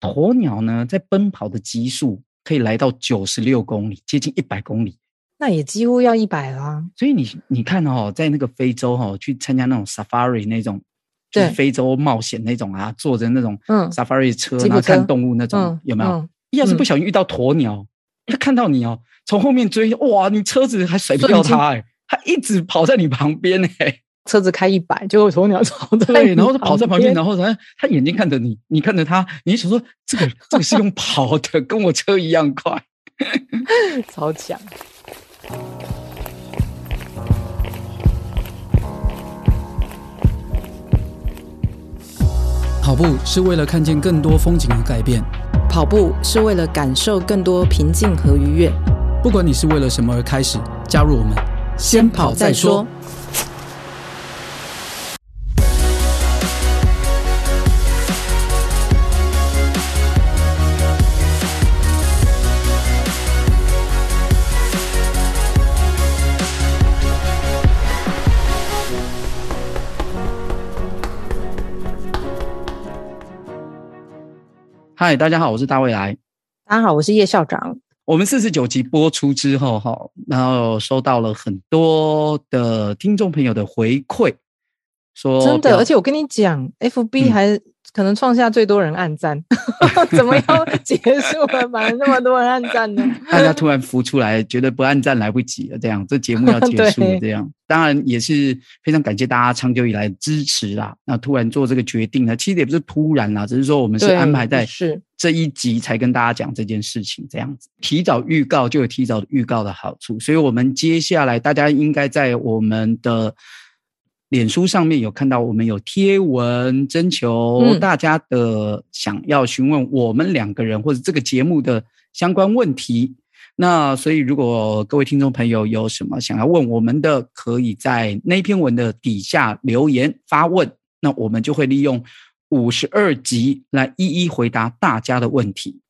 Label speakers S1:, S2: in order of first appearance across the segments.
S1: 鸵鸟呢，在奔跑的极速可以来到九十六公里，接近一百公里。
S2: 那也几乎要一百啊啦。
S1: 所以你你看哦，在那个非洲哦，去参加那种 safari 那种，就是
S2: 对
S1: 非洲冒险那种啊，坐着那种
S2: 嗯
S1: safari 车，
S2: 吉普
S1: 然后
S2: 车
S1: 看动物那种，
S2: 嗯，
S1: 有没有？
S2: 嗯
S1: 要是不小心遇到鸵鸟，它看到你哦，从后面追，哇，你车子还甩不
S2: 瞬
S1: 掉
S2: 间
S1: 它、哎，它一直跑在你旁边哎、
S2: 车子开一百，结果鸵鸟跑在
S1: 对，
S2: 你
S1: 然后就跑在旁边，
S2: 边
S1: 然后他他眼睛看着你，你看着他，你想说这个这个是用跑的，跟我车一样快。
S2: 超强。
S3: 跑步是为了看见更多风景和改变。
S4: 跑步是为了感受更多平静和愉悦。
S3: 不管你是为了什么而开始，加入我们，先
S2: 哦
S3: 跑再说。
S1: 嗨，大家好，我是大未来。
S2: 大家好，我是叶校长。
S1: 我们四十九集播出之后，哈，然后收到了很多的听众朋友的回馈，说
S2: 真的，
S1: 表
S2: 而且我跟你讲，FB
S1: 嗯
S2: 还可能创下最多人暗赞， 怎么要结束了，反而那么多人暗赞呢？
S1: 大家突然浮出来，觉得不按赞来不及了，这样这节目要结束了，
S2: 对
S1: 这样当然也是非常感谢大家长久以来的支持啦。那突然做这个决定呢，其实也不是突然啦，只是说我们是
S2: 对
S1: 安排在
S2: 是
S1: 这一集才跟大家讲这件事情，这样子提早预告就有提早预告的好处，所以我们接下来大家应该在我们的。脸书上面有看到我们有贴文征求
S2: 嗯
S1: 大家的想要询问我们两个人或者这个节目的相关问题，那所以，如果各位听众朋友有什么想要问我们的，可以在那篇文的底下留言发问，那我们就会利用五十二集来一一回答大家的问题。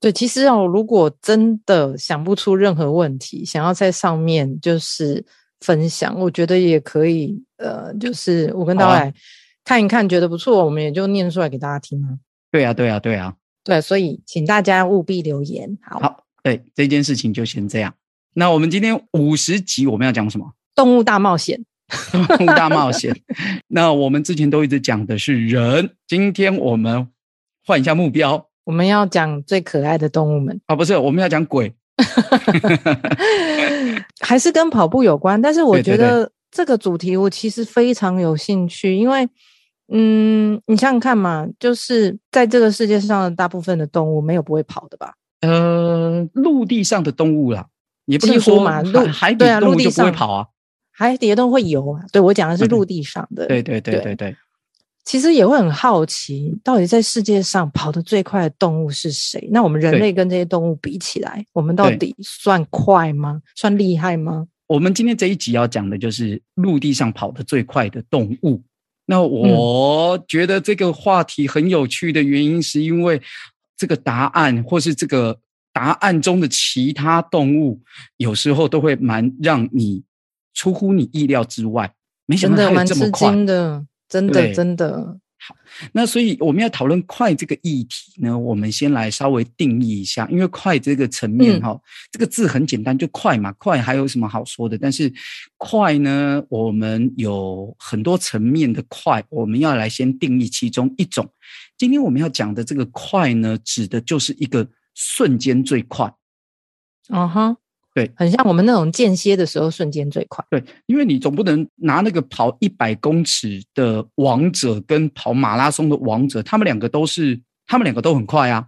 S2: 对，其实哦，如果真的想不出任何问题，想要在上面就是分享，我觉得也可以。呃，就是我跟
S1: 好
S2: 大
S1: 啊
S2: 家来看一看，觉得不错，我们也就念出来给大家听啊。
S1: 对啊，对啊，对啊。
S2: 对，所以请大家务必留言。好，
S1: 好，对这件事情就先这样。那我们今天五十集我们要讲什么？
S2: 动物大冒险，
S1: 动物大冒险。 那我们之前都一直讲的是人，今天我们换一下目标
S2: 我们要讲最可爱的动物们。
S1: 啊，不是我们要讲鬼。
S2: 还是跟跑步有关，但是我
S1: 对对
S2: 觉得这个主题我其实非常有兴趣，因为，嗯，你想想看嘛，就是在这个世界上的大部分的动物没有不会跑的吧？
S1: 呃，陆地上的动物啦，也不
S2: 几
S1: 能
S2: 乎
S1: 说
S2: 嘛
S1: 海
S2: 陆
S1: 海底
S2: 对啊
S1: 动
S2: 陆
S1: 物
S2: 地
S1: 就不会
S2: 上
S1: 跑啊。
S2: 海底的动物会游嘛？对我讲的是
S1: 嗯对
S2: 陆地上的，
S1: 对对对对
S2: 对
S1: 对，
S2: 其实也会很好奇，到底在世界上跑得最快的动物是谁？那我们人
S1: 对
S2: 类跟这些动物比起来，我们到
S1: 对
S2: 底算快吗？算厉害吗？
S1: 我们今天这一集要讲的就是陆地上跑得最快的动物。那我
S2: 嗯
S1: 觉得这个话题很有趣的原因，是因为这个答案，或是这个答案中的其他动物，有时候都会蛮让你出乎你意料之外。没想
S2: 真
S1: 到
S2: 的
S1: 它有
S2: 蛮
S1: 这么
S2: 吃
S1: 快，
S2: 惊的，真的
S1: 对
S2: 真的，
S1: 那所以我们要讨论快这个议题呢，我们先来稍微定义一下，因为快这个层面
S2: 嗯
S1: 哈、这个字很简单，就快嘛，快还有什么好说的？但是快呢，我们有很多层面的快，我们要来先定义其中一种。今天我们要讲的这个快呢，指的就是一个瞬间最快。
S2: 嗯哼，
S1: 对，
S2: 很像我们那种间歇的时候，瞬间最快。
S1: 对，因为你总不能拿那个跑一百公尺的王者跟跑马拉松的王者，他们两个都是，他们两个都很快啊，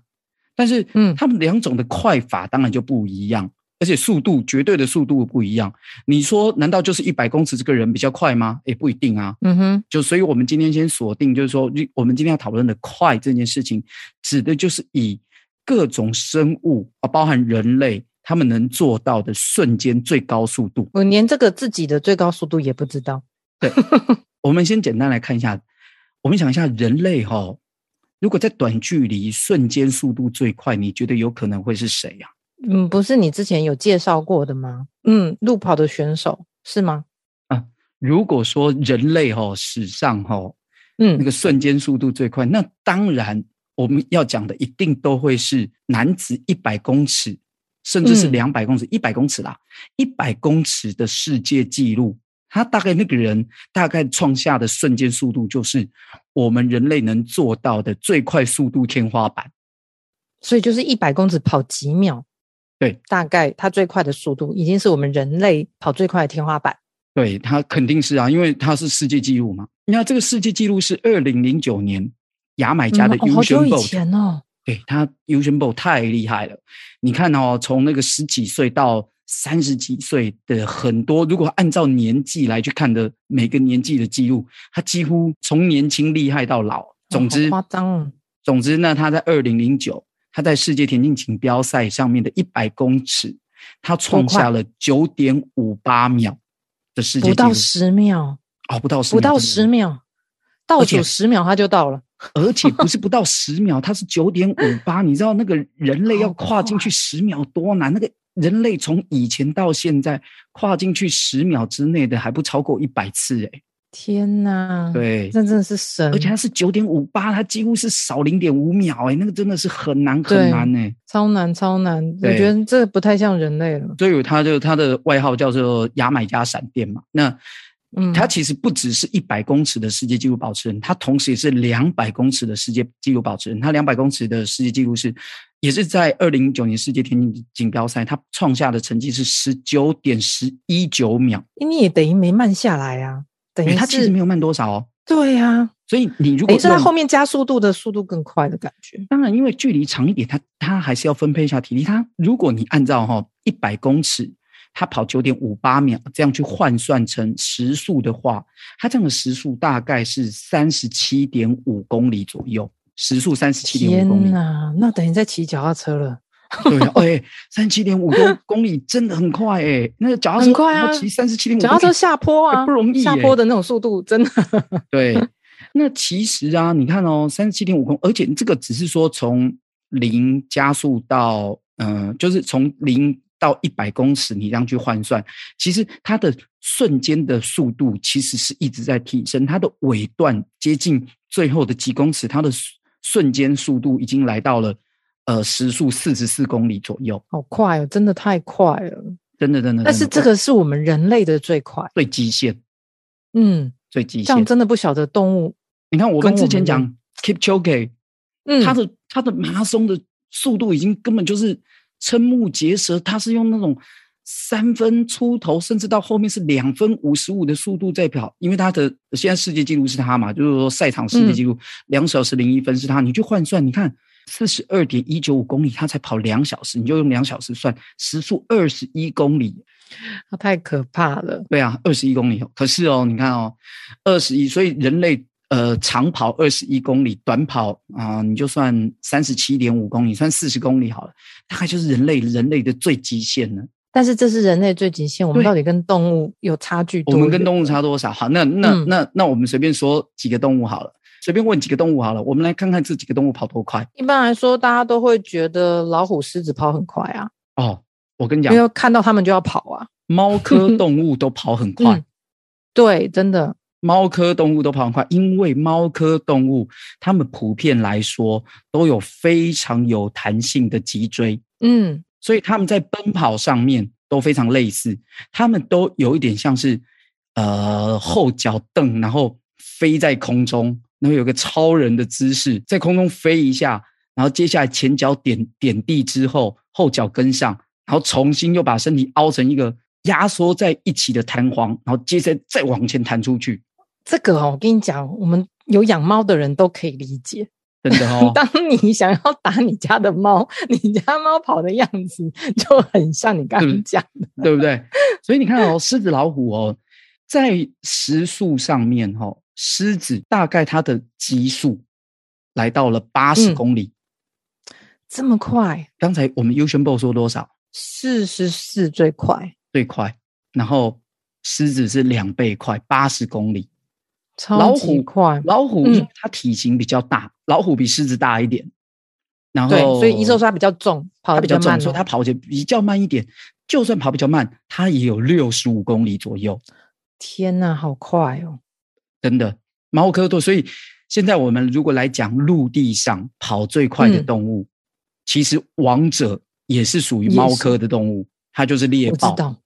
S1: 但是，
S2: 嗯
S1: 他们两种的快法当然就不一样，而且速度绝对的速度不一样。你说难道就是一百公尺这个人比较快吗？也不一定啊。
S2: 嗯哼，
S1: 就所以，我们今天先锁定，就是说，你我们今天要讨论的快这件事情，指的就是以各种生物啊，包含人类，他们能做到的瞬间最高速度。
S2: 我连这个自己的最高速度也不知道。
S1: 我们先简单来看一下，我们想一下人类哈、如果在短距离瞬间速度最快，你觉得有可能会是谁啊呀、
S2: 嗯，不是你之前有介绍过的吗？嗯，路跑的选手是吗？
S1: 如果哦说人类哈、史上哈、那
S2: 嗯，
S1: 个瞬间速度最快，那当然我们要讲的一定都会是男子一百公尺，甚至是
S2: 嗯
S1: 两百公尺、一百、公尺啦，一百公尺的世界纪录。他大概那个人大概创下的瞬间速度，就是我们人类能做到的最快速度天花板。
S2: 所以就是一百公尺跑几秒，
S1: 对，
S2: 大概它最快的速度已经是我们人类跑最快的天花板。
S1: 对他肯定是啊，因为他是世界纪录嘛。那这个世界纪录是二零零九年牙买加的
S2: 嗯哦好
S1: Usain
S2: 久
S1: Bolt，、
S2: 以前哦，
S1: 对他 Usain Bolt 太厉害了。你看哦，从那个十几岁到三十几岁的很多，如果按照年纪来去看的每个年纪的记录，他几乎从年轻厉害到老。总之，
S2: 哦好夸张哦
S1: 总之呢，他在二零零九，他在世界田径锦标赛上面的一百公尺，他创
S2: 多快
S1: 下了九点五八秒的世界纪
S2: 不到
S1: 录。
S2: 十秒，
S1: 哦，不到十，
S2: 不到十，秒，倒
S1: 而且
S2: 数十秒它就到了。
S1: 而且不 是不到十秒，它是九点五八。你知道那个人类要
S2: 好
S1: 跨进去十秒多难？那个人类从以前到现在跨进去十秒之内的还不超过一百次哎、
S2: 天哪！，
S1: 对，
S2: 这嗯真的是神，
S1: 而且它是九点五八，它几乎是少零点五秒哎、那个真的是很难很
S2: 对
S1: 难哎、
S2: 超难超难。我
S1: 对
S2: 觉得这不太像人类了。
S1: 所以他就他的外号叫做牙买加闪电嘛。那
S2: 嗯
S1: 他其实不只是一百公尺的世界纪录保持人，他同时也是两百公尺的世界纪录保持人。他两百公尺的世界纪录是，也是在二零一九年世界田径锦标赛，他创下的成绩是十九点十一九秒。
S2: 你也等于没慢下来啊，等于
S1: 诶他其实
S2: 是
S1: 没有慢多少哦。
S2: 对呀，
S1: 所以你如
S2: 等
S1: 果
S2: 于是他
S1: 用
S2: 后面加速度的速度更快的感觉。
S1: 当然，因为距离长一点，它它还是要分配一下体力。它如果你按照哈一百公尺，它跑九点五八秒这样去换算成时速的话，它这样的时速大概是三十七点五公里左右，时速三十七点
S2: 天
S1: 五公里。
S2: 哪，那等于在骑脚踏车了。
S1: 对啊，哎、三七点五公公里真的很快哎、那个脚踏车
S2: 很快啊
S1: 要骑三十七点五，
S2: 脚踏车下坡啊，
S1: 不容易耶
S2: 下坡的那种速度真的
S1: 对，
S2: 嗯
S1: 那其实啊，你看哦，三十七点五公，而且这个只是说从零加速到，嗯、就是从零到一百公尺，你这样去换算，其实它的瞬间的速度其实是一直在提升，它的尾段接近最后的几公尺，它的瞬瞬间速度已经来到了呃时速四十四公里左右，
S2: 好快哦，真的太快了。
S1: 真的真的。
S2: 但
S1: 真
S2: 是
S1: 的
S2: 这个是我们人类的最快，
S1: 最极限，
S2: 嗯，
S1: 最极
S2: 这样
S1: 限。
S2: 真的不晓得动物，
S1: 你看我
S2: 跟
S1: 们
S2: 我
S1: 之前
S2: 们的
S1: 讲 Keep Choke。
S2: 嗯，
S1: 他的他的马拉松的速度已经根本就是瞠目结舌，他是用那种三分出头，甚至到后面是两分五十五的速度在跑，因为他的现在世界纪录是他嘛，就是说赛场世界纪录两、小时零一分是他，你去换算，你看。四十二点一九五公里，他才跑两小时，你就用两小时算，时速二十一公里，
S2: 它太可怕了，
S1: 对啊，二十一公里哦。可是哦，你看哦，二十一，所以人类呃长跑二十一公里，短跑啊、你就算三十七点五公里，算四十公里好了，大概就是人类人类的最极限了。
S2: 但是这是人类最极限，我们
S1: 对
S2: 到底跟动物有差距
S1: 我
S2: 多远？
S1: 们跟动物差多少？好，那那、
S2: 嗯
S1: 那那我们随便说几个动物好了，随便问几个动物好了，我们来看看这几个动物跑多快
S2: 一般来说，大家都会觉得老虎、狮子跑很快啊，
S1: 哦。我跟你
S2: 因
S1: 讲，
S2: 为看到它们就要跑啊。
S1: 猫科动物都跑很快。
S2: 嗯对，真的，
S1: 猫科动物都跑很快，因为猫科动物它们普遍来说都有非常有弹性的脊椎，
S2: 嗯，
S1: 所以它们在奔跑上面都非常类似，它们都有一点像是呃后脚蹬，然后飞在空中，然后有个超人的姿势，在空中飞一下，然后接下来前脚点点地之后，后脚跟上，然后重新又把身体凹成一个压缩在一起的弹簧，然后接着再往前弹出去。
S2: 这个哦，我跟你讲，我们有养猫的人都可以理解。
S1: 真的哦，
S2: 当你想要打你家的猫，你家猫跑的样子就很像你刚
S1: 是不是
S2: 刚讲的。
S1: 对不对？所以你看哦，狮子、老虎哦，在时速上面哦，狮子大概它的极速来到了八十
S2: 嗯
S1: 公里。
S2: 这么快，
S1: 刚才我们优选 b 说多少
S2: 四十四最快，
S1: 最快？然后狮子是两倍快，八十公里。老
S2: 超
S1: 虎
S2: 级快。
S1: 老虎
S2: 嗯
S1: 因为它体型比较大，老虎比狮子大一点，然后
S2: 对，所以一兽说它比较重，跑
S1: 它
S2: 得
S1: 比较重，
S2: 慢
S1: 所
S2: 哦。
S1: 以它跑起来比较慢一点。就算跑比较慢，它也有六十五公里左右。
S2: 天哪，好快哦！
S1: 真的猫科动物，所以现在我们如果来讲陆地上跑最快
S2: 嗯
S1: 的动物，其实王者也是属于猫科的动物，它就是猎
S2: 我知
S1: 豹。
S2: 道，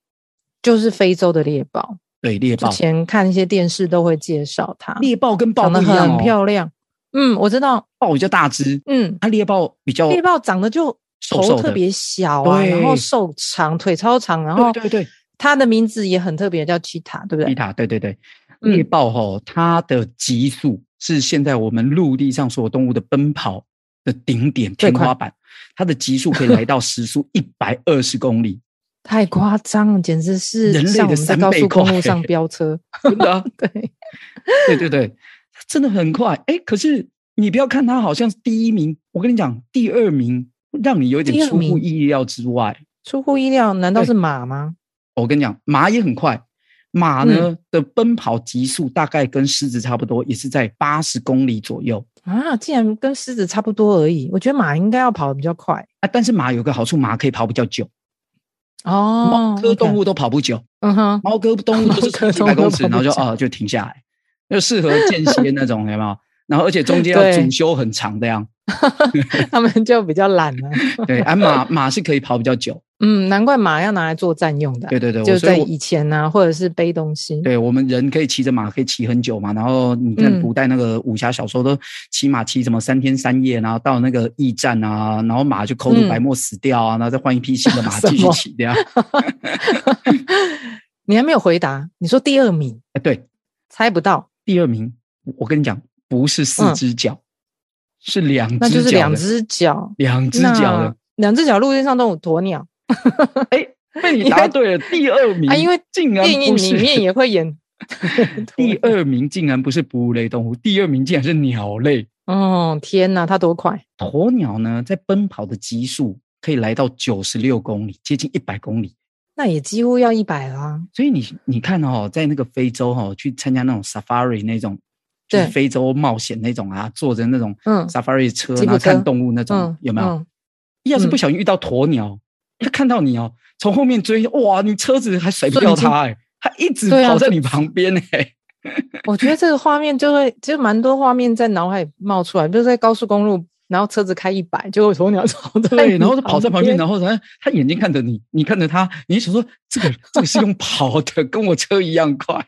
S2: 就是非洲的猎豹，
S1: 对，猎
S2: 之
S1: 豹，
S2: 前看一些电视都会介绍它，
S1: 猎豹跟豹
S2: 长
S1: 不
S2: 得
S1: 一样、哦、
S2: 很漂亮。嗯，我知道，
S1: 豹比较大只，
S2: 嗯，
S1: 它猎豹比较
S2: 猎豹长得就
S1: 哦瘦瘦
S2: 头
S1: 的
S2: 特别哦小啊，
S1: 对
S2: 然后瘦长，腿超长，然后
S1: 对对对，
S2: 它的名字也很特别，叫奇塔，对不
S1: 伊
S2: 对？
S1: 塔，对对对，
S2: 嗯
S1: 猎豹吼、它的极速是现在我们陆地上所有动物的奔跑的顶点
S2: 最
S1: 天
S2: 快
S1: 花板，它的极速可以来到时速一百二十公 里，
S2: 太夸张了，简直是
S1: 人类的
S2: 像我们在
S1: 三
S2: 高
S1: 倍
S2: 速公
S1: 快
S2: 路上飙车。
S1: 真的啊、
S2: 对，
S1: 对对对，它真的很快。哎，可是你不要看它好像是第一名，我跟你讲，第二名让你有
S2: 第
S1: 点
S2: 二
S1: 出乎
S2: 名
S1: 意料之外。
S2: 出乎意料，难道
S1: 对
S2: 是马吗？
S1: 我跟你讲，马也很快，马呢、
S2: 嗯
S1: 的奔跑极速大概跟狮子差不多，也是在八十公里左右。
S2: 啊，竟然跟狮子差不多而已。我觉得马应该要跑得比较快
S1: 啊，但是马有个好处，马可以跑比较久，猫
S2: 哦。
S1: 科动
S2: OK，
S1: 物都跑不久，
S2: 嗯哼，
S1: 猫科动物就是
S2: 猫科
S1: 一
S2: 动
S1: 百
S2: 物
S1: 公
S2: 都
S1: 尺，
S2: 跑
S1: 然
S2: 不
S1: 后就
S2: 久
S1: 啊就停下来，就适合间歇那种，有没有？然后而且中间要
S2: 对
S1: 主修很长这样，
S2: 他们就比较懒 了。
S1: 对，啊马马是可以跑比较久，
S2: 嗯，难怪马要拿来作战用的啊、
S1: 对 对对，
S2: 就
S1: 我
S2: 是
S1: 所
S2: 在
S1: 以我
S2: 以前啊，或者是背东西。
S1: 对我们人可以骑着马可以骑很久嘛，然后你看
S2: 嗯
S1: 古代那个武侠小说都骑马骑什么三天三夜，然后到那个驿站啊，然后马就口吐白沫死掉啊，然后再换一匹新的马
S2: 嗯 什
S1: 继续
S2: 么
S1: 骑这样，
S2: 你还没有回答，你说第二名，
S1: 哎对，
S2: 猜不到，
S1: 第二名，我跟你讲，不是四
S2: 嗯
S1: 只脚，是两只脚，
S2: 那就是两，只脚，
S1: 两只脚
S2: 那
S1: 的。
S2: 两只脚陆地上都有鸵鸟
S1: 被你答对了，第二名
S2: 啊，因为
S1: 竟然
S2: 电影
S1: 不
S2: 里面
S1: 是
S2: 也 会演
S1: 第二名，竟然不是哺乳类动物，第二名竟然是鸟类。
S2: 哦，天哪，它多快！
S1: 鸵鸟呢，在奔跑的极速可以来到九十六公里，接近一百公里。
S2: 那也几乎要一百啊啦。
S1: 所以你你看哦，在那个非洲哦，去参加那种 safari 那种，就是
S2: 对
S1: 非洲冒险那种啊，坐着那种
S2: 嗯
S1: safari 车，
S2: 吉
S1: 然
S2: 普
S1: 后看
S2: 车
S1: 动物那种
S2: 嗯，，
S1: 有没有？
S2: 嗯
S1: 要是不
S2: 嗯
S1: 小心遇到鸵鸟，它看到你哦，从后面追，哇，你车子还甩不掉
S2: 瞬间
S1: 它哎、它一直
S2: 对啊
S1: 跑在
S2: 就
S1: 你旁边哎、
S2: 我觉得这个画面就会，就蛮多画面在脑海冒出来，就是在高速公路，然后车子开一百，结果鸵鸟朝在
S1: 对，
S2: 你
S1: 然后它跑在旁边，
S2: 边
S1: 然后它它眼睛看着你，你看着它，你想说这个这个是用跑的，跟我车一样快，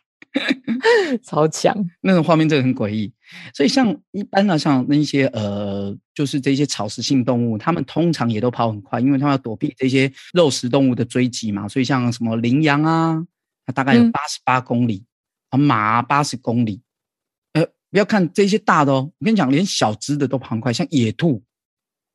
S2: 超强。
S1: 那种画面真的很诡异。所以像一般呢、像那一些呃，就是这些草食性动物，它们通常也都跑很快，因为它们要躲避这些肉食动物的追击嘛。所以像什么羚羊啊，它大概有
S2: 嗯
S1: 八十八公里，啊、马八十公里。呃，不要看这些大的哦，我跟你讲，连小只的都跑很快，像野兔，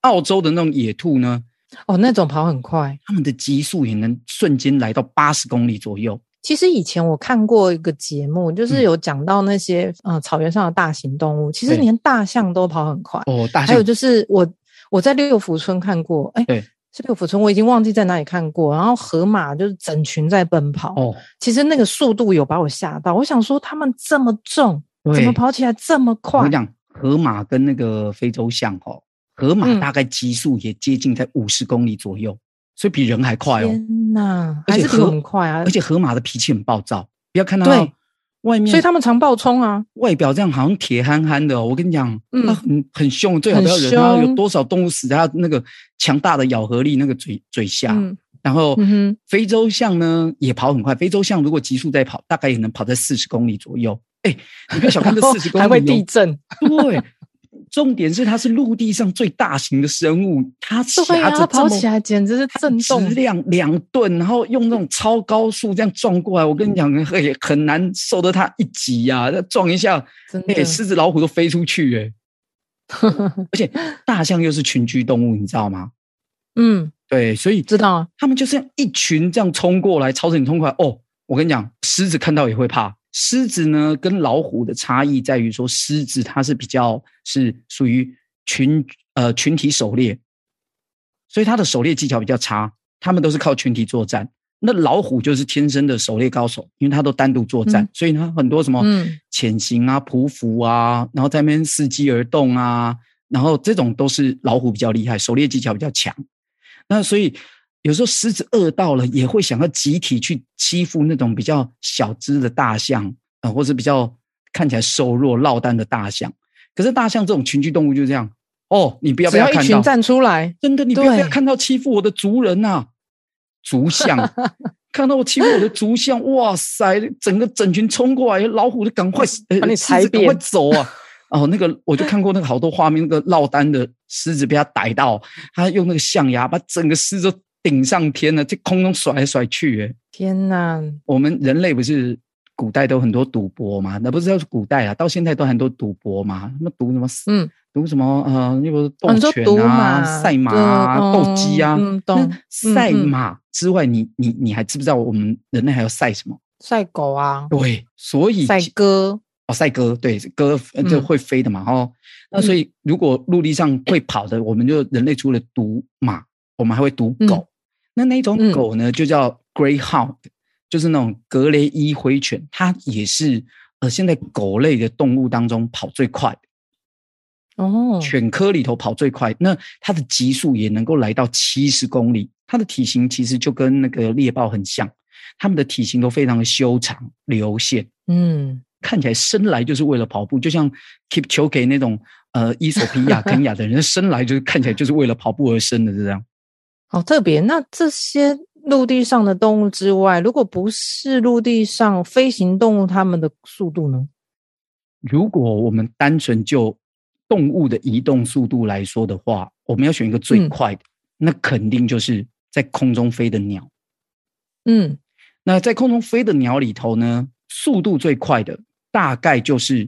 S1: 澳洲的那种野兔呢，
S2: 哦，那种跑很快。
S1: 它们的极速也能瞬间来到八十公里左右。
S2: 其实以前我看过一个节目，就
S1: 嗯
S2: 是有讲到那些、呃草原上的大型动物，其实
S1: 对
S2: 连大象都跑很快。
S1: 哦，大
S2: 还
S1: 象
S2: 有就是我我在六福村看过，哎、
S1: 对
S2: 是六福村，我已经忘记在哪里看过。然后河马就是整群在奔跑，
S1: 哦，
S2: 其实那个速度有把我吓到，我想说它们这么重，
S1: 对
S2: 怎么跑起来这么
S1: 我
S2: 快
S1: 跟你？讲，河马跟那个非洲象哦，河马
S2: 嗯
S1: 大概极速也接近在五十公里左右，所以比人还快哦。
S2: 天哪，
S1: 而
S2: 还
S1: 且
S2: 是比我
S1: 河
S2: 们快啊
S1: 而！且河马的脾气很暴躁，不要看到
S2: 对
S1: 外面，
S2: 所以他们常暴冲啊，
S1: 外表这样好像铁憨憨的、哦。我跟你讲，
S2: 嗯
S1: 它很很凶，最好不要惹
S2: 很
S1: 它。有
S2: 凶
S1: 多少动物死在它那个强大的咬合力那个嘴嘴下？
S2: 嗯
S1: 然后
S2: 嗯哼，
S1: 非洲象呢也跑很快，非洲象如果极速在跑，大概也能跑在四十公里左右。哎，你不要小看这四十公里、哦，
S2: 还会地震，
S1: 对，重点是它是陆地上最大型的生物，它
S2: 对
S1: 夹
S2: 啊，
S1: 着
S2: 它
S1: 这
S2: 跑
S1: 么
S2: 起来简直是
S1: 它
S2: 震动
S1: 质，量两吨，然后用那种超高速这样撞过来，我跟你讲，也很难受得它一击呀、那撞一下，
S2: 真
S1: 哎、
S2: 的。
S1: 狮子老虎都飞出去哎、 而且大象又是群居动物，你知道吗？
S2: 嗯，
S1: 对，所以
S2: 知道啊，
S1: 他们就这样一群这样冲过来，朝着你冲过来。哦，我跟你讲，狮子看到也会怕。狮子呢，跟老虎的差异在于说，狮子它是比较是属于群呃群体狩猎，所以它的狩猎技巧比较差。他们都是靠群体作战。那老虎就是天生的狩猎高手，因为它都单独作战，
S2: 嗯
S1: 所以它很多什么
S2: 嗯
S1: 潜行啊、匍匐啊，然后在那边伺机而动啊，然后这种都是老虎比较厉害，狩猎技巧比较强。那所以有时候狮子饿到了，也会想要集体去欺负那种比较小只的大象啊、呃或者比较看起来瘦弱落单的大象。可是大象这种群居动物就是这样，哦，你不要
S2: 只
S1: 被它
S2: 要一
S1: 看
S2: 群
S1: 到，
S2: 站出来，
S1: 真的，你不要被它
S2: 对
S1: 看到欺负我的族人呐、族 象看到我欺负我的族象，哇塞，整个整群冲过来，老虎就赶快呃
S2: 把你
S1: 狮
S2: 踩
S1: 子赶快
S2: 扁
S1: 走啊！ 哦，那个我就看过那个好多画面，那个落单的狮子被它逮到，它用那个象牙把整个狮子都顶上天了，在空中甩来甩去、欸，
S2: 天哪！
S1: 我们人类不是古代都很多赌博嘛？那不是要是古代啊，到现在都很多赌博嘛？什么赌什么？
S2: 嗯，
S1: 赌什么？呃，那个
S2: 哦
S1: 斗
S2: 你说
S1: 拳
S2: 赌
S1: 啊、
S2: 马
S1: 赛马啊、
S2: 对
S1: 斗鸡啊。
S2: 嗯嗯
S1: 那
S2: 懂
S1: 赛
S2: 嗯嗯
S1: 马之外，你你你还知不知道我们人类还有赛什么？
S2: 赛狗啊，
S1: 对，所以
S2: 赛鸽，
S1: 哦，赛鸽，对，鸽呃
S2: 嗯
S1: 这会飞的嘛，哦，那所以如果陆地上会跑的，我们就人类除了赌马，我们还会赌狗。那那一种
S2: 嗯
S1: 狗呢，就叫 greyhound，就是那种格雷伊灰犬，它也是呃现在狗类的动物当中跑最快的，
S2: 哦，
S1: 犬科里头跑最快，那它的极速也能够来到七十公里。它的体型其实就跟那个猎豹很像，它们的体型都非常的修长流线。
S2: 嗯，
S1: 看起来生来就是为了跑步，就像 Keep 球给那种呃伊索比亚、肯亚的人，生来就是看起来就是为了跑步而生的这样。
S2: 好哦特别。那这些陆地上的动物之外，如果不是陆地上飞行动物，它们的速度呢？
S1: 如果我们单纯就动物的移动速度来说的话，我们要选一个最
S2: 嗯
S1: 快的，那肯定就是在空中飞的鸟。
S2: 嗯，
S1: 那在空中飞的鸟里头呢，速度最快的大概就是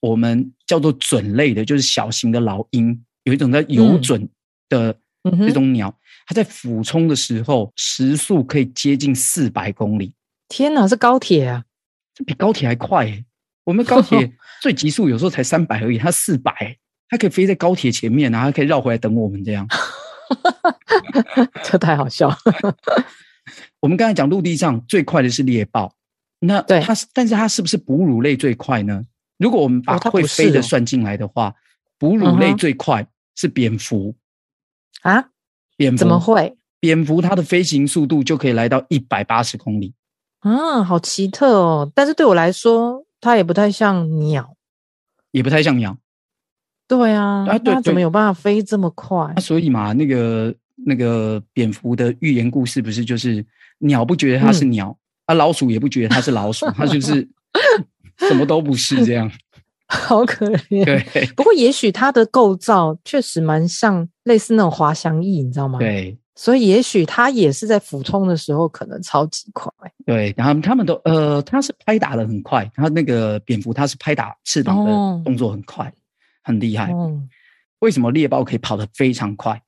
S1: 我们叫做隼类的，就是小型的老鹰，有一种叫游
S2: 嗯
S1: 隼的
S2: 嗯
S1: 这
S2: 哼
S1: 种鸟，它在俯冲的时候时速可以接近四百公里，
S2: 天哪，是高铁啊！
S1: 这比高铁还快、欸。我们高铁最极速有时候才三百而已，它四百、它可以飞在高铁前面、啊然后它可以绕回来等我们这样。
S2: 这太好笑了。
S1: 我们刚才讲陆地上最快的是猎豹，那
S2: 对
S1: 它是，但是它是不是哺乳类最快呢？如果我们把
S2: 哦它不
S1: 会飞的
S2: 是哦
S1: 算进来的话，哺乳类
S2: 嗯哼
S1: 最快是蝙蝠。
S2: 啊？
S1: 蝙蝠
S2: 怎么？会？
S1: 蝙蝠它的飞行速度就可以来到一百八十公里。
S2: 啊，好奇特哦！但是对我来说，它也不太像鸟。
S1: 也不太像鸟，
S2: 对啊，
S1: 啊对
S2: 那它怎么
S1: 对啊
S2: 有办法飞这么快
S1: 那？所以嘛，那个那个蝙蝠的寓言故事不是就是鸟不觉得它是
S2: 嗯
S1: 鸟，啊，老鼠也不觉得它是老鼠，它就是 什么都不是这样。
S2: 好可怜。
S1: 对
S2: 不过也许它的构造确实蛮像类似那种滑翔翼，你知道吗？。
S1: 对
S2: 所以也许它也是在俯冲的时候可能超级快。
S1: 对，然后他们都呃，它是拍打的很快，它那个蝙蝠它是拍打翅膀
S2: 哦
S1: 的动作很快，很厉害。
S2: 哦，
S1: 为什么猎豹可以跑得非常快？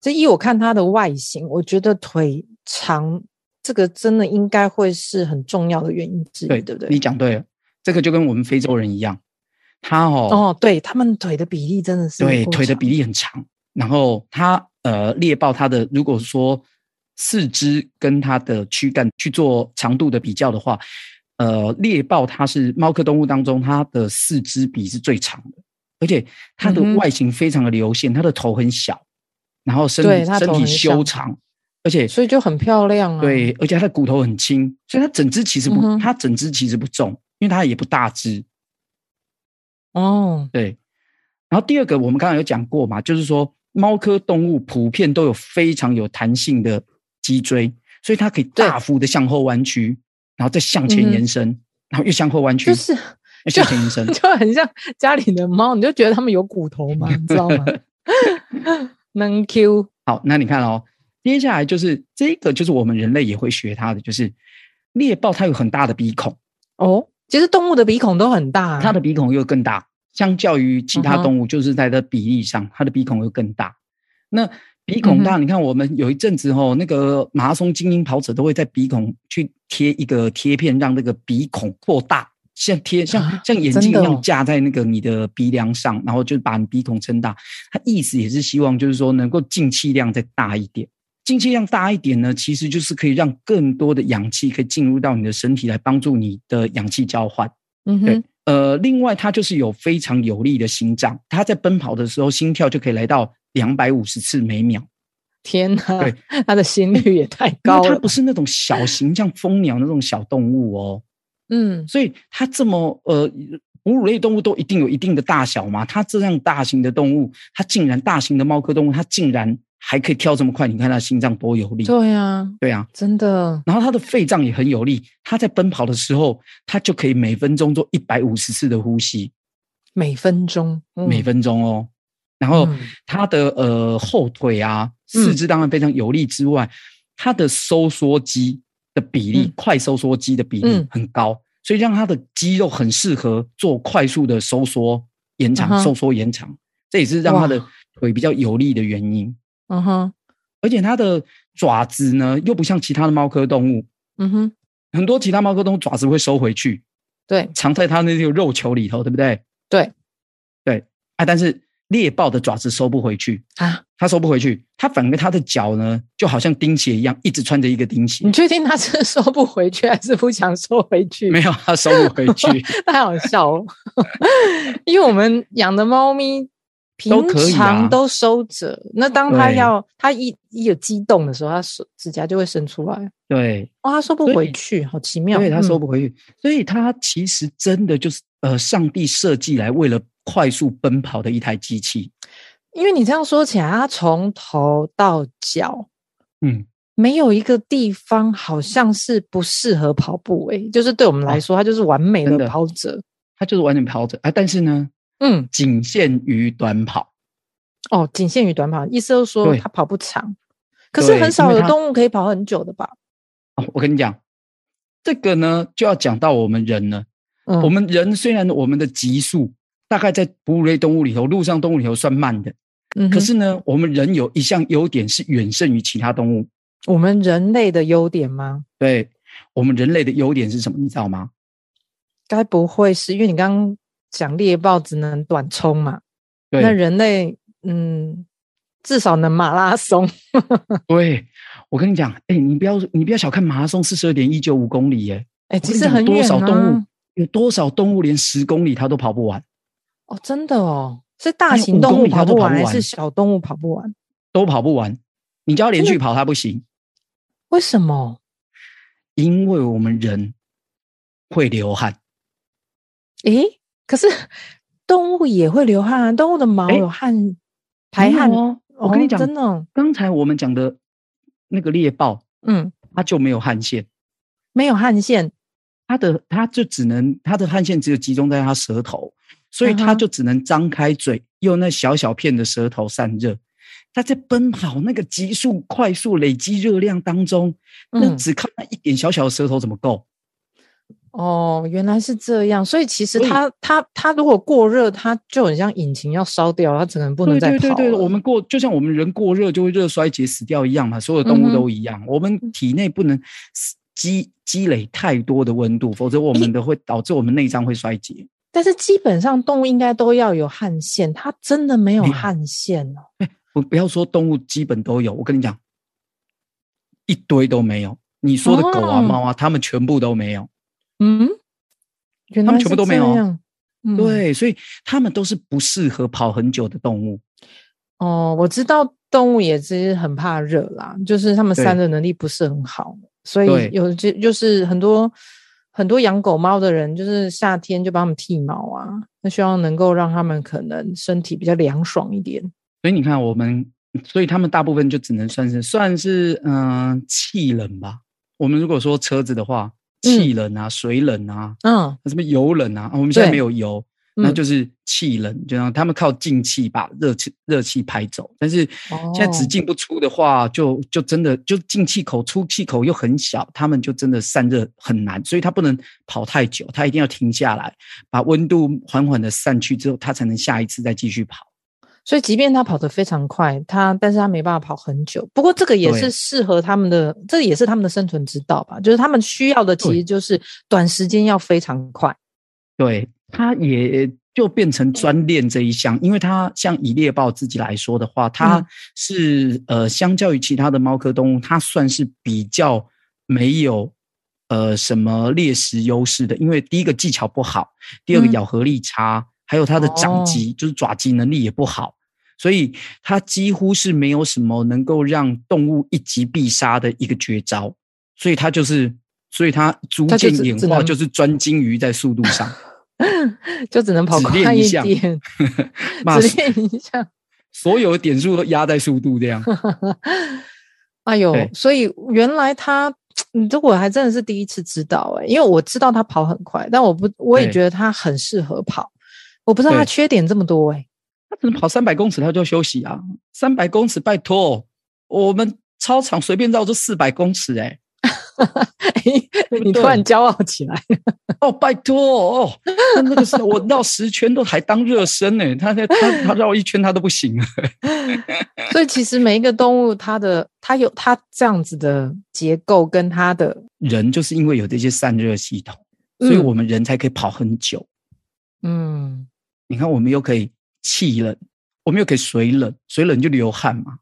S2: 这一我看它的外形，我觉得腿长这个真的应该会是很重要的原因之一，对不
S1: 你
S2: 对？
S1: 讲对了，这个就跟我们非洲人一样，它
S2: 哦，对，它们腿的比例真的是
S1: 对，
S2: 够
S1: 腿的
S2: 长
S1: 比例很长。然后它呃，猎豹它的如果说四肢跟它的躯干去做长度的比较的话，呃，猎豹它是猫科动物当中它的四肢比是最长的，而且它的
S2: 嗯哼
S1: 外形非常的流线，它的头很小，然后身
S2: 对
S1: 体
S2: 它
S1: 身
S2: 头
S1: 体
S2: 很小嗯
S1: 修长，而且
S2: 所以就很漂亮啊。
S1: 对，而且它的骨头很轻，所以它整只其实不，
S2: 嗯哼
S1: 它整只其实不重，因为它也不大只，
S2: 哦，
S1: 对。然后第二个，我们刚才有讲过嘛，就是说猫科动物普遍都有非常有弹性的脊椎，所以它可以大幅的向后弯曲，然后再向前
S2: 嗯哼
S1: 延伸，然后又向后弯曲，
S2: 就是。
S1: 又向前延伸
S2: 就很像家里的猫，你就觉得它们有骨头嘛，你知道吗？ 能 Q，
S1: 好，那你看哦，接下来就是这个，就是我们人类也会学它的，就是猎豹它有很大的鼻孔，
S2: 哦，其实动物的鼻孔都很大、啊，
S1: 它的鼻孔又更大，相较于其他
S2: 嗯哼
S1: 动物，就是在它的比例上，它的鼻孔又更大。那
S2: 嗯
S1: 鼻孔大，你看我们有一阵子哦，那个马拉松精英跑者都会在鼻孔去贴一个贴片，让那个鼻孔扩大，像贴像
S2: 啊
S1: 像眼
S2: 真
S1: 睛一
S2: 的
S1: 样
S2: 哦
S1: 架在那个你的鼻梁上，然后就把你鼻孔撑大。它意思也是希望就是说能够进气量再大一点。进气量大一点呢，其实就是可以让更多的氧气可以进入到你的身体，来帮助你的氧气交换。
S2: 嗯
S1: 对
S2: 哼，
S1: 呃，另外它就是有非常有力的心脏，它在奔跑的时候心跳就可以来到两百五十次每秒。
S2: 天哪
S1: 对，
S2: 它的心率也太
S1: 因为
S2: 高
S1: 它
S2: 了
S1: 不。是那种小型像蜂鸟那种小动物哦，
S2: 嗯，
S1: 所以它这么呃哺乳类动物都一定有一定的大小吗？它这样大型的动物，它竟然大型的猫科动物，它竟然还可以跳这么快，你看它心脏多有力，
S2: 对啊，
S1: 对啊。
S2: 真的，
S1: 然后它的肺脏也很有力，它在奔跑的时候，它就可以每分钟做一百五十次的呼吸，
S2: 每分钟，嗯
S1: 每分钟哦。然后
S2: 嗯
S1: 它的呃后腿啊、四肢当然非常有力之外，它的收缩肌的比例、
S2: 嗯
S1: 快收缩肌的比例
S2: 嗯
S1: 很高，所以让它的肌肉很适合做快速的收缩、延长、
S2: 嗯哼
S1: 收缩、延长，这也是让它的
S2: 哇
S1: 腿比较有力的原因。
S2: 嗯哼，
S1: 而且它的爪子呢，又不像其他的猫科动物，
S2: 嗯哼，
S1: 很多其他猫科动物爪子会收回去，
S2: 对，
S1: 藏在它那个肉球里头，对不对？
S2: 对，
S1: 对啊，但是猎豹的爪子收不回去，
S2: 啊，
S1: 它收不回去，它反而它的脚呢，就好像钉鞋一样，一直穿着一个钉鞋
S2: 你，确定他是收不回去，还是不想收回去？
S1: 没有它收不回 去，
S2: 太好笑哦， 因为我们养的猫咪
S1: 都
S2: 平
S1: 可以啊
S2: 常都收着，那当它
S1: 对
S2: 要它一一有激动的时候，它手指甲就会伸出来，
S1: 对，
S2: 哦，它收不
S1: 所以
S2: 回去，好奇妙，
S1: 对，它收
S2: 嗯
S1: 不回去，所以它其实真的就是呃，上帝设计来为了快速奔跑的一台机器，
S2: 因为你这样说起来，它从头到脚
S1: 嗯，
S2: 没有一个地方好像是不适合跑步、诶，就是对我们来说，它就是完美
S1: 哦真
S2: 的
S1: 的
S2: 跑者。
S1: 它就是完全跑着啊，但是呢，
S2: 嗯，
S1: 仅限于短跑。
S2: 哦，仅限于短跑，意思就是说
S1: 对
S2: 它跑不长，可是
S1: 对
S2: 很少
S1: 因为
S2: 有
S1: 它
S2: 动物可以跑很久的吧？
S1: 哦，我跟你讲，这个呢就要讲到我们人了。
S2: 嗯，
S1: 我们人虽然我们的极速大概在哺乳类动物里头、陆上动物里头算慢的，
S2: 嗯
S1: 可
S2: 哼
S1: 是呢，我们人有一项优点是远胜于其他动物。
S2: 我们人类的优点吗？
S1: 对我们人类的优点是什么？你知道吗？
S2: 该不会是因为你刚刚讲猎豹只能短冲嘛？那
S1: 对
S2: 人类，嗯，至少能马拉 松。
S1: 对，我跟你讲，哎、你不要你不要小看马拉松四十二点一九五公里耶、
S2: 哎、
S1: 我跟
S2: 其
S1: 你
S2: 实
S1: 讲
S2: 很
S1: 多
S2: 远
S1: 少
S2: 啊。
S1: 动物有多少动物连十公里它都跑不完，
S2: 哦，真的哦，是大
S1: 哎
S2: 型
S1: 五
S2: 动
S1: 公
S2: 物
S1: 里它
S2: 跑
S1: 都
S2: 不
S1: 跑
S2: 完，
S1: 不
S2: 还
S1: 完
S2: 是小动物跑不完？
S1: 都跑不完。你叫它连
S2: 真
S1: 续
S2: 的
S1: 跑，它不行，
S2: 为什么？
S1: 因为我们人会流汗。
S2: 诶，可是动物也会流汗啊，动物的毛
S1: 哎
S2: 有汗排汗。
S1: 没有哦我跟你讲
S2: 真的哦、
S1: 刚才我们讲的那个猎豹，
S2: 嗯，
S1: 它就没有汗腺，
S2: 没有汗腺。
S1: 它的它就只能它的汗腺只有集中在它舌头，所以
S2: 嗯哼
S1: 它就只能张开嘴，用那小小片的舌头散热。它在奔跑那个急速、快速累积热量当中，那
S2: 嗯
S1: 只靠那一点小小的舌头怎么够？
S2: 哦，原来是这样，所以其实
S1: 所以
S2: 它它它如果过热，它就很像引擎要烧掉，它整个人不能
S1: 对
S2: 再跑
S1: 对
S2: 了。
S1: 对对，我们过就像我们人过热就会热衰竭死掉一样嘛，所有动
S2: 嗯
S1: 物
S2: 哼
S1: 都一样，我们体内不能积积累太多的温度，否则我们的会导致我们内脏会衰竭。
S2: 但是基本上动物应该都要有汗腺，它真的没有
S1: 没有
S2: 汗腺哦。
S1: 不不要说动物基本都有，我跟你讲，一堆都没有。你说的狗啊、
S2: 哦
S1: 猫啊，它们全部都没有。
S2: 嗯，原来
S1: 们全部
S2: 是
S1: 都没
S2: 这
S1: 有啊
S2: 样。嗯、，
S1: 对，所以它们都是不适合跑很久的动物。
S2: 哦，我知道动物也是很怕热啦，就是它们
S1: 对
S2: 散热能力不是很好，所以
S1: 对
S2: 有就就是很多很多养狗猫的人，就是夏天就帮它们剃毛啊，那希望能够让它们可能身体比较凉爽一点。
S1: 所以你看，我们所以它们大部分就只能算是算是嗯、气冷吧。我们如果说车子的话，气冷啊、水冷啊、
S2: 嗯，
S1: 什么油冷啊，啊我们现在
S2: 对
S1: 没有油，
S2: 嗯
S1: 那就是气冷，就让他们靠进气把热气热气排走。但是现在只
S2: 哦
S1: 进不出的话，就就真的就进气口出气口又很小，他们就真的散热很难，所以它不能跑太久，它一定要停下来，把温度缓缓的散去之后，它才能下一次再继续跑。
S2: 所以即便它跑得非常快，它但是它没办法跑很久。不过这个也
S1: 对
S2: 是适合他们的，这也是他们的生存之道吧，就是他们需要的其
S1: 对
S2: 实就是短时间要非常快。
S1: 对，它也就变成
S2: 嗯
S1: 专练这一项，因为它像以猎豹自己来说的话，它
S2: 嗯
S1: 是、呃，相较于其他的猫科动物，它算是比较没有。呃，什么猎食优势的？因为第一个技巧不好，第二个
S2: 嗯
S1: 咬合力差，还有它的
S2: 哦
S1: 掌肌，就是爪肌能力也不好，所以它几乎是没有什么能够让动物一击必杀的一个绝招，所以它就是，所以它逐
S2: 它就
S1: 渐
S2: 只
S1: 演
S2: 只
S1: 化
S2: 能
S1: 就是专精于在速度上。
S2: 就只能跑
S1: 只练
S2: 快
S1: 一项
S2: 点，
S1: 骂
S2: 只练一下。
S1: 所有点数都压在速度这 样。
S2: 哎呦
S1: 对，
S2: 所以原来他，嗯，这我还真的是第一次知道哎、因为我知道他跑很快，但我不，我也
S1: 对
S2: 觉得他很适合跑，我不知道他
S1: 对
S2: 缺点这么多哎、
S1: 他可能跑三百公尺他就要休息啊，三百公尺拜托，我们操场随便绕就四百公尺 哎、
S2: 你突然骄傲起来，
S1: 哦拜托哦，他那个是我绕十圈都还当热身呢、他他他他绕一圈他都不行了，
S2: 所以其实每一个动物它的它有它这样子的结构跟它的
S1: 人就是因为有这些散热系统，所以
S2: 嗯
S1: 我们人才可以跑很久。
S2: 嗯
S1: 你看，我们又可以气冷，我们又可以水冷，水冷就流汗嘛。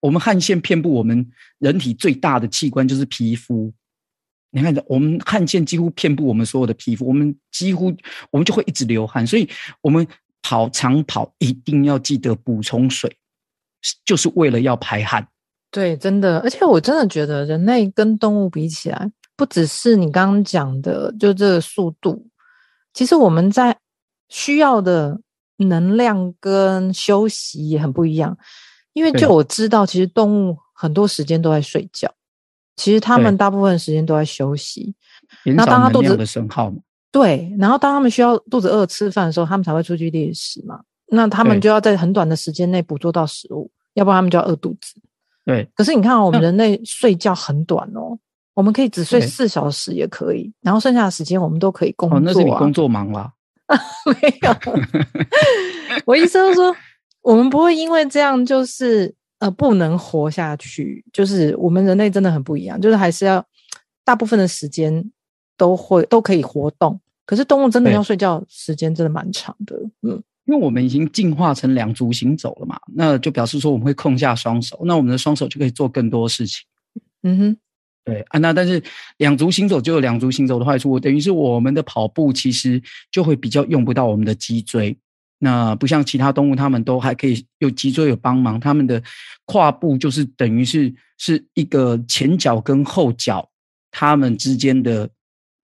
S1: 我们汗腺遍布我们人体最大的器官就是皮肤。你看，我们汗腺几乎遍布我们所有的皮肤，我们几乎我们就会一直流汗，所以我们跑长跑一定要记得补充水，就是为了要排汗。
S2: 对，真的，而且我真的觉得人类跟动物比起来，不只是你刚刚讲的，就这个速度，其实我们在需要的能量跟休息也很不一样。因为
S1: 对
S2: 就我知道，其实动物很多时间都在睡觉，其实它们
S1: 对
S2: 大部分时间都在休息。
S1: 减
S2: 那当
S1: 少
S2: 他肚
S1: 能量
S2: 子
S1: 的损耗嘛，
S2: 对，然后当他们需要肚子饿吃饭的时候，他们才会出去猎食嘛。那他们
S1: 对
S2: 就要在很短的时间内捕捉到食物，要不然他们就要饿肚子。
S1: 对，
S2: 可是你看、哦，我们
S1: 那
S2: 人类睡觉很短哦，我们可以只
S1: 嗯
S2: 睡
S1: 对
S2: 四小时也可以，然后剩下的时间我们都可以工
S1: 哦，
S2: 作、啊。
S1: 那是你工作忙啦，
S2: 没有， 我意思就是说，我们不会因为这样就是呃不能活下去，就是我们人类真的很不一样，就是还是要大部分的时间都会都可以活动，可是动物真的
S1: 对
S2: 要睡觉时间真的蛮长的，嗯，
S1: 因为我们已经进化成两足行走了嘛，那就表示说我们会空下双手，那我们的双手就可以做更多事情。
S2: 嗯哼，
S1: 对啊，那但是两足行走就有两足行走的坏处，等于是我们的跑步其实就会比较用不到我们的脊椎。那不像其他动物，它们都还可以有脊椎有帮忙，它们的跨步就是等于是是一个前脚跟后脚它们之间的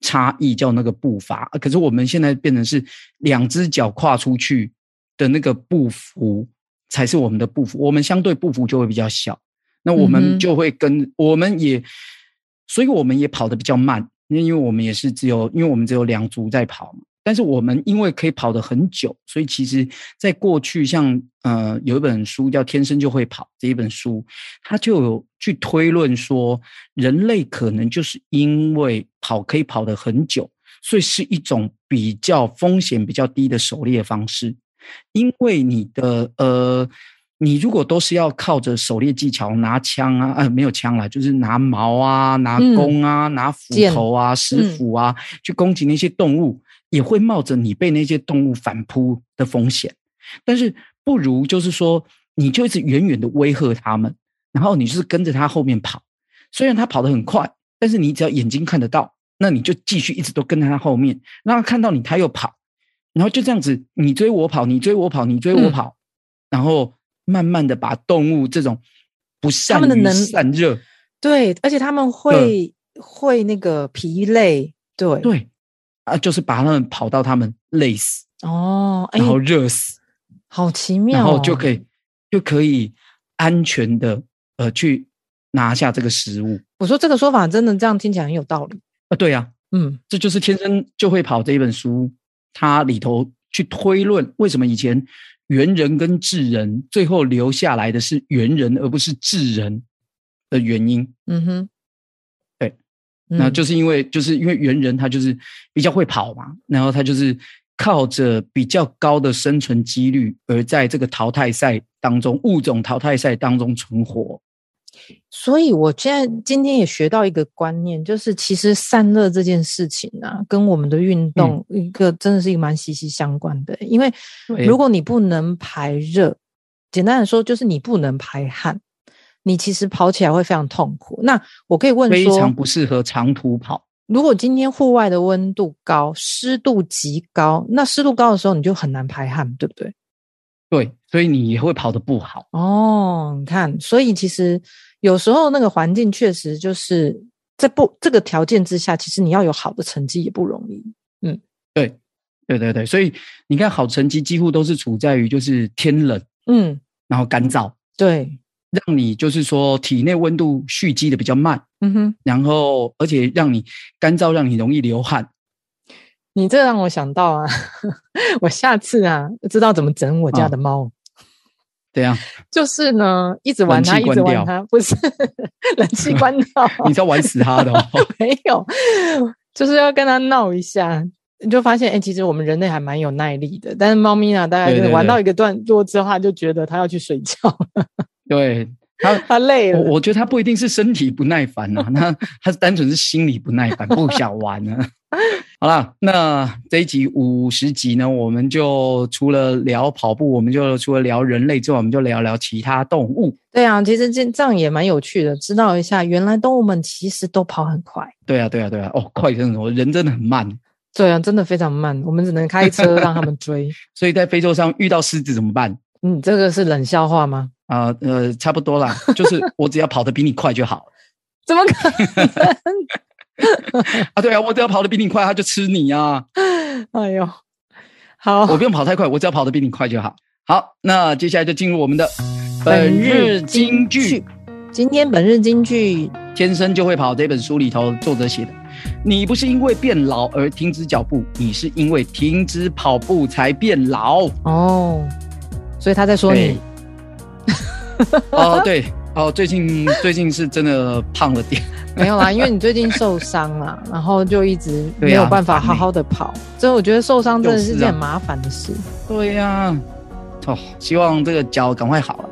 S1: 差异叫那个步伐。啊可是我们现在变成是两只脚跨出去的那个步幅才是我们的步幅，我们相对步幅就会比较小。那我
S2: 嗯
S1: 们
S2: 哼
S1: 就会跟、我们也，所以我们也跑得比较慢，因为因为我们也是只有，因为我们只有两足在跑嘛。但是我们因为可以跑得很久，所以其实在过去像呃有一本书叫《天生就会跑》这一本书，它就有去推论说，人类可能就是因为跑可以跑得很久，所以是一种比较风险比较低的狩猎方式。因为你的呃，你如果都是要靠着狩猎技巧拿枪啊，呃，没有枪啦，就是拿矛啊、拿
S2: 嗯
S1: 弓啊、拿斧
S2: 剑
S1: 头啊、石
S2: 嗯
S1: 斧啊、去攻击那些动物，也会冒着你被那些动物反扑的风险。但是不如就是说，你就一直远远的威吓他们，然后你就是跟着他后面跑。虽然他跑得很快，但是你只要眼睛看得到，那你就继续一直都跟在他后面，让他看到你，他又跑，然后就这样子，你追我跑，你追我跑，你追
S2: 嗯
S1: 我跑，然后慢慢的把动物这种不善
S2: 们的
S1: 于
S2: 能
S1: 散热，
S2: 对，而且他们会会那个疲累，对，
S1: 嗯对啊，就是把他们跑到他们累死，
S2: 哦，哎
S1: 然，后热死，
S2: 好奇妙、哦，
S1: 然后就可以就可以安全的呃去拿下这个食物
S2: 我说这个说法真的这样听起来很有道理，
S1: 啊，对啊，
S2: 嗯
S1: 这就是《天生就会跑》这一本书，它里头去推论为什么以前猿人跟智人最后留下来的是猿人而不是智人的原因。
S2: 嗯哼，
S1: 对，那
S2: 嗯
S1: 就是因为就是因为猿人他就是比较会跑嘛，然后他就是靠着比较高的生存几率而在这个淘汰赛当中物种淘汰赛当中存活。
S2: 所以我现在今天也学到一个观念，就是其实散热这件事情啊，跟我们的运动一个真的是一个蛮息息相关的。因为
S1: 嗯对
S2: 如果你不能排热，简单的说就是你不能排汗，你其实跑起来会非常痛苦。那我可以问
S1: 非
S2: 说
S1: 常，不适合长途跑，
S2: 如果今天户外的温度高，湿度极高，那湿度高的时候你就很难排汗，对不对？
S1: 对，所以你也会跑得不好。
S2: 哦，你看，所以其实有时候那个环境确实就是在不这个条件之下，其实你要有好的成绩也不容易。
S1: 对，对对对，所以你看，好成绩几乎都是处在于就是天冷，
S2: 嗯，
S1: 然后干燥，
S2: 对，
S1: 让你就是说体内温度蓄积的比较慢，
S2: 嗯哼，
S1: 然后而且让你干燥，让你容易流汗。
S2: 你这让我想到啊， 我下次啊知道怎么整我
S1: 嗯
S2: 家的猫，
S1: 对啊，
S2: 就是呢一直玩它，
S1: 冷气
S2: 一直
S1: 关掉
S2: 玩它，不是 冷气关掉，
S1: 你是要玩死它 的哦。
S2: 没有，就是要跟它闹一下。你就发现，哎、其实我们人类还蛮有耐力的，但是猫咪啊，大概
S1: 对
S2: 就是
S1: 对
S2: 玩
S1: 对
S2: 到一个段落之后，它就觉得它要去睡觉，
S1: 对它，
S2: 它累了。
S1: 我我觉得它不一定是身体不耐烦啊，它它单纯是心理不耐烦，不想玩了、 好啦，那这一集五十集呢，我们就除了聊跑步，我们就除了聊人类之外，我们就聊聊其他动物。
S2: 对啊，其实这这样也蛮有趣的，知道一下原来动物们其实都跑很快。
S1: 对啊，对啊，对啊，哦，快真的，我人真的很慢，
S2: 对啊，真的非常慢，我们只能开车让他们追。
S1: 所以在非洲上遇到狮子怎么办？
S2: 嗯，这个是冷笑话吗？
S1: 啊、呃，差不多啦，就是我只要跑得比你快就好
S2: 怎么可
S1: 啊。对啊，我只要跑得比你快，它就吃你啊。
S2: 能？ 哎呦，好，
S1: 我不用跑太快，我只要跑得比你快就好。好，那接下来就进入我们的
S2: 本
S1: 本
S2: 日
S1: 日
S2: 金
S1: 金
S2: 句
S1: 句。
S2: 今天本日金句，
S1: 《天生就会跑》这本书里头作者写的：“你不是因为变老而停止脚步，你是因为停止跑步才变老。
S2: 哦，所以他在”说
S1: 对
S2: 你，，
S1: 哦、对，哦、最近最近是真的胖了 点，
S2: 没有啦，因为你最近受伤了，然后就一直
S1: 对啊
S2: 没有办法
S1: 很烦
S2: 好
S1: 欸
S2: 好的跑，所以我觉得受伤真的是
S1: 就是啊
S2: 件很麻烦的事。
S1: 对呀、哦，希望这个脚赶快好了，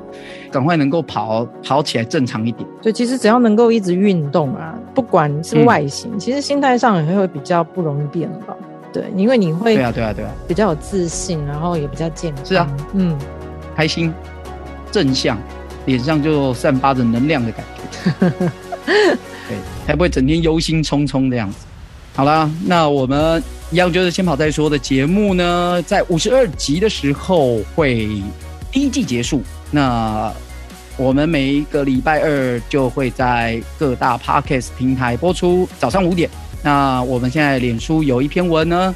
S1: 赶快能够跑跑起来正常一点。
S2: 就其实只要能够一直运动啊，不管是
S1: 嗯
S2: 外形，其实心态上也会比较不容易变老。对，因为你会
S1: 对啊，对啊，对啊，
S2: 比较有自信，然后也比较健康。
S1: 是啊，
S2: 嗯，
S1: 开心，正向，脸上就散发着能量的感觉，对，才不会整天忧心忡忡这样子。好啦，那我们一样就是先跑再说的节目呢，在五十二集的时候会第一季结束。那我们每一个礼拜二就会在各大 podcast 平台播出，早上五点。那我们现在脸书有一篇文呢，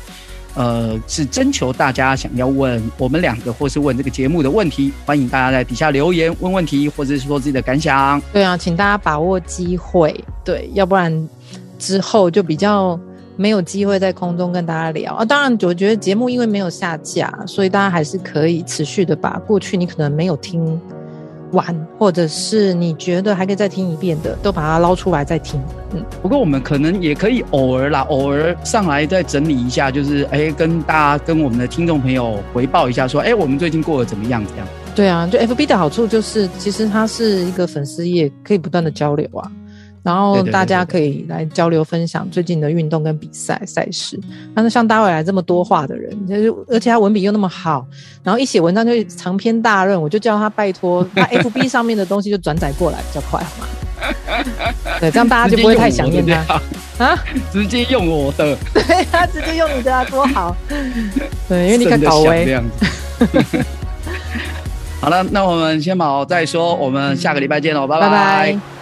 S1: 呃，是征求大家想要问我们两个或是问这个节目的问题，欢迎大家在底下留言问问题，或者是说自己的感想。
S2: 对啊，请大家把握机会，对，要不然之后就比较没有机会在空中跟大家聊啊。当然，我觉得节目因为没有下架，所以大家还是可以持续的把过去你可能没有听完，或者是你觉得还可以再听一遍的，都把它捞出来再听。嗯，
S1: 不过我们可能也可以偶尔啦，偶尔上来再整理一下，就是哎，跟大家跟我们的听众朋友回报一下说，哎，我们最近过得怎么样？这样
S2: 对啊，就 FB 的好处就是，其实它是一个粉丝页，可以不断的交流啊。然后
S1: 对对对
S2: 大家
S1: 对
S2: 可以来交流分享最近的运动跟比赛赛事。但是像大卫来这么多话的人，就是而且他文笔又那么好，然后一写文章就会长篇大论，我就叫他拜托他 FB 上面的东西就转载过来比较快，好吗？对，这样大家就不会太想念他
S1: 他
S2: 啊，
S1: 直接用我的，
S2: 对， 他直接用你的啊，多 好。对，因为你看哎
S1: 真的
S2: 搞
S1: 想这
S2: 维，
S1: 样子。 好了，那我们先跑再说，我们下个礼拜见喽，拜
S2: 拜拜。